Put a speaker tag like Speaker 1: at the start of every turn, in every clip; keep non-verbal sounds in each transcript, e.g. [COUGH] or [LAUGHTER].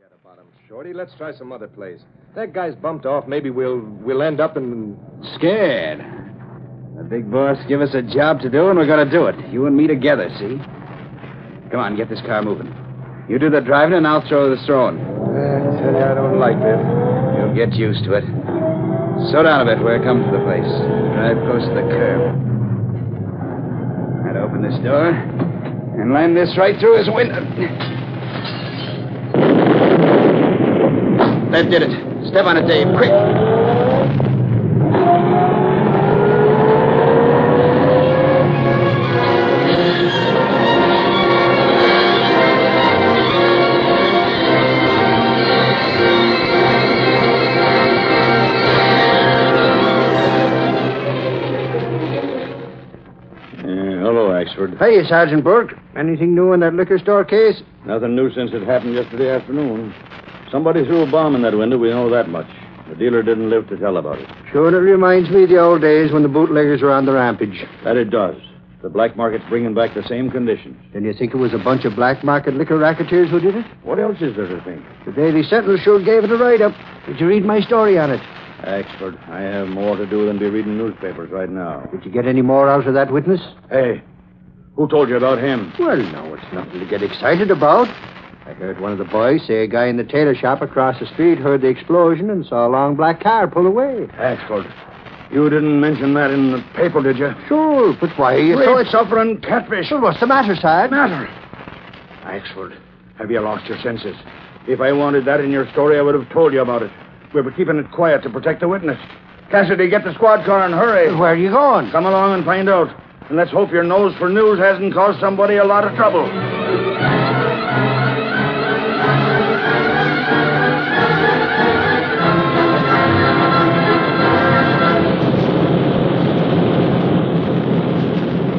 Speaker 1: about him, Shorty. Let's try some other place. That guy's bumped off. Maybe we'll we'll end up in.
Speaker 2: Scared. The big boss give us a job to do, and we're going to do it. You and me together, see? Come on, get this car moving. You do the driving, and I'll throw the throwing.
Speaker 1: I tell you, Eh, I don't like this.
Speaker 2: You'll get used to it. Slow down a bit where it comes to the place. Drive close to the curb. I'd open this door and land this right through his window. That did it. Step on it, Dave. Quick.
Speaker 3: hello, Oh, Axford.
Speaker 2: Hey, Sergeant Burke. Anything new in that liquor store case?
Speaker 3: Nothing new since it happened yesterday afternoon. Somebody threw a bomb in that window, we know that much. The dealer didn't live to tell about it.
Speaker 2: Sure, it reminds me of the old days when the bootleggers were on the rampage.
Speaker 3: That it does. The black market's bringing back the same conditions.
Speaker 2: Then you think it was a bunch of black market liquor racketeers who did it?
Speaker 3: What else is there to think?
Speaker 2: The Daily Sentinel sure gave it a write up. Did you read my story on it?
Speaker 3: Axford, I have more to do than be reading newspapers right now.
Speaker 2: Did you get any more out of that witness?
Speaker 3: Hey, who told you about him?
Speaker 2: Well, no, it's nothing to get excited about. I heard one of the boys say a guy in the tailor shop across the street heard the explosion and saw a long black car pull away.
Speaker 3: Axford, you didn't mention that in the paper, did you?
Speaker 2: Sure, but why you
Speaker 3: Great
Speaker 2: saw it?
Speaker 3: suffering catfish.
Speaker 2: Well, what's the matter, Sarge?
Speaker 3: matter? Axford, have you lost your senses? If I wanted that in your story, I would have told you about it. We were keeping it quiet to protect the witness. Cassidy, get the squad car and hurry.
Speaker 2: Where are you going?
Speaker 3: Come along and find out. And let's hope your nose for news hasn't caused somebody a lot of trouble.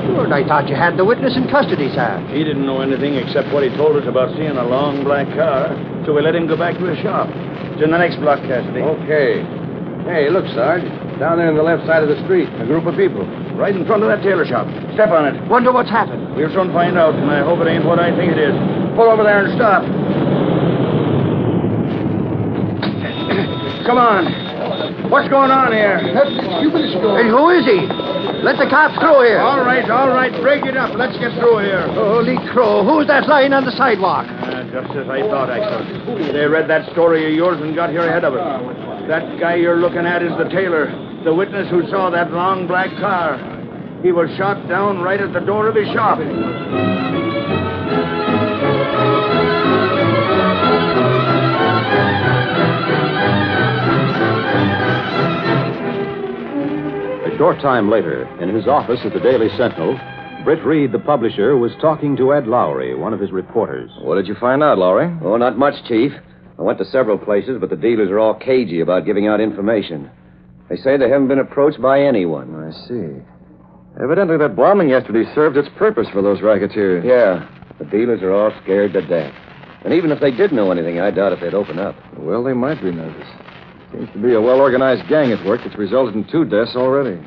Speaker 2: Sure, I thought you had the witness in custody, Sarge.
Speaker 3: He didn't know anything except what he told us about seeing a long black car, so we let him go back to his shop. It's in the next block, Cassidy.
Speaker 1: Okay. Hey, look, Sarge. Down there on the left side of the street, a group of people.
Speaker 3: Right in front of that tailor shop. Step on it.
Speaker 2: Wonder what's happened.
Speaker 3: We'll soon find out, and I hope it ain't what I think it is. Pull over there and [COUGHS] stop. Come on. What's going on here?
Speaker 2: Hey, who is he? Let the cops through here.
Speaker 3: All right, all right. Break it up. Let's get through here.
Speaker 2: Holy crow, who's that lying on the sidewalk?
Speaker 3: Uh, just as I thought, Axel. They read that story of yours and got here ahead of us. That guy you're looking at is the tailor, the witness who saw that long black car. He was shot down right at the door of his shop.
Speaker 4: A short time later, in his office at the Daily Sentinel, Britt Reed, the publisher, was talking to Ed Lowry, one of his reporters.
Speaker 1: What did you find out, Laurie?
Speaker 5: Oh, not much, Chief. I went to several places, but the dealers are all cagey about giving out information. They say they haven't been approached by anyone.
Speaker 1: I see. Evidently, that bombing yesterday served its purpose for those racketeers.
Speaker 5: Yeah, the dealers are all scared to death. And even if they did know anything, I doubt if they'd open up.
Speaker 1: Well, they might be nervous. Seems to be a well organized gang at work that's resulted in two deaths already.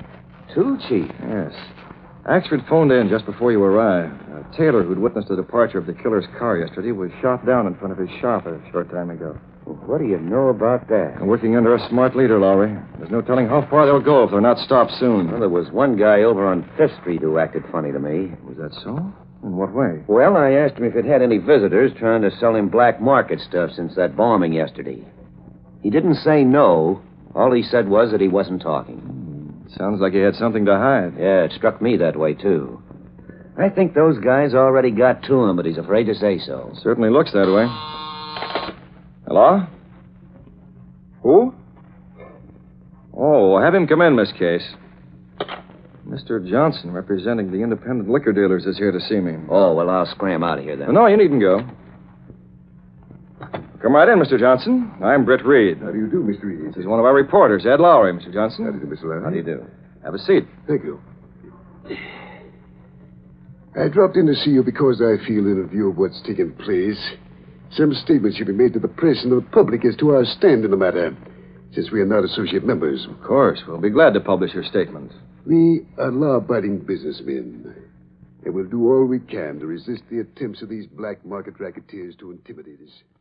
Speaker 5: Two, Chief.
Speaker 1: Yes. Axford phoned in just before you arrived. Uh, Taylor, who'd witnessed the departure of the killer's car yesterday, was shot down in front of his shop a short time ago.
Speaker 5: What do you know about that?
Speaker 1: And working under a smart leader, Lowry. There's no telling how far they'll go if they're not stopped soon.
Speaker 5: Well, there was one guy over on Fifth Street who acted funny to me.
Speaker 1: Was that so? In what way?
Speaker 5: Well, I asked him if it had any visitors trying to sell him black market stuff since that bombing yesterday. He didn't say no. All he said was that he wasn't talking.
Speaker 1: Sounds like he had something to hide.
Speaker 5: Yeah, it struck me that way, too. I think those guys already got to him, but he's afraid to say so.
Speaker 1: Certainly looks that way. Hello? Who? Oh, have him come in, Miss Case. Mr. Johnson, representing the independent liquor dealers, is here to see me.
Speaker 5: Oh, well, I'll scram out of here then.
Speaker 1: No, you needn't go. Come right in, Mr. Johnson. I'm Britt Reed.
Speaker 6: How do you do, Mr. Reed?
Speaker 1: This is one of our reporters, Ed Lowry, Mr. Johnson.
Speaker 6: How do you do, Mr. Lowry?
Speaker 1: How do you do? Have a seat.
Speaker 6: Thank you. I dropped in to see you because I feel, in view of what's taken place, some statements should be made to the press and to the public as to our stand in the matter, since we are not associate members.
Speaker 1: Of course, we'll be glad to publish your statement.
Speaker 6: We are law abiding businessmen, and we'll do all we can to resist the attempts of these black market racketeers to intimidate us.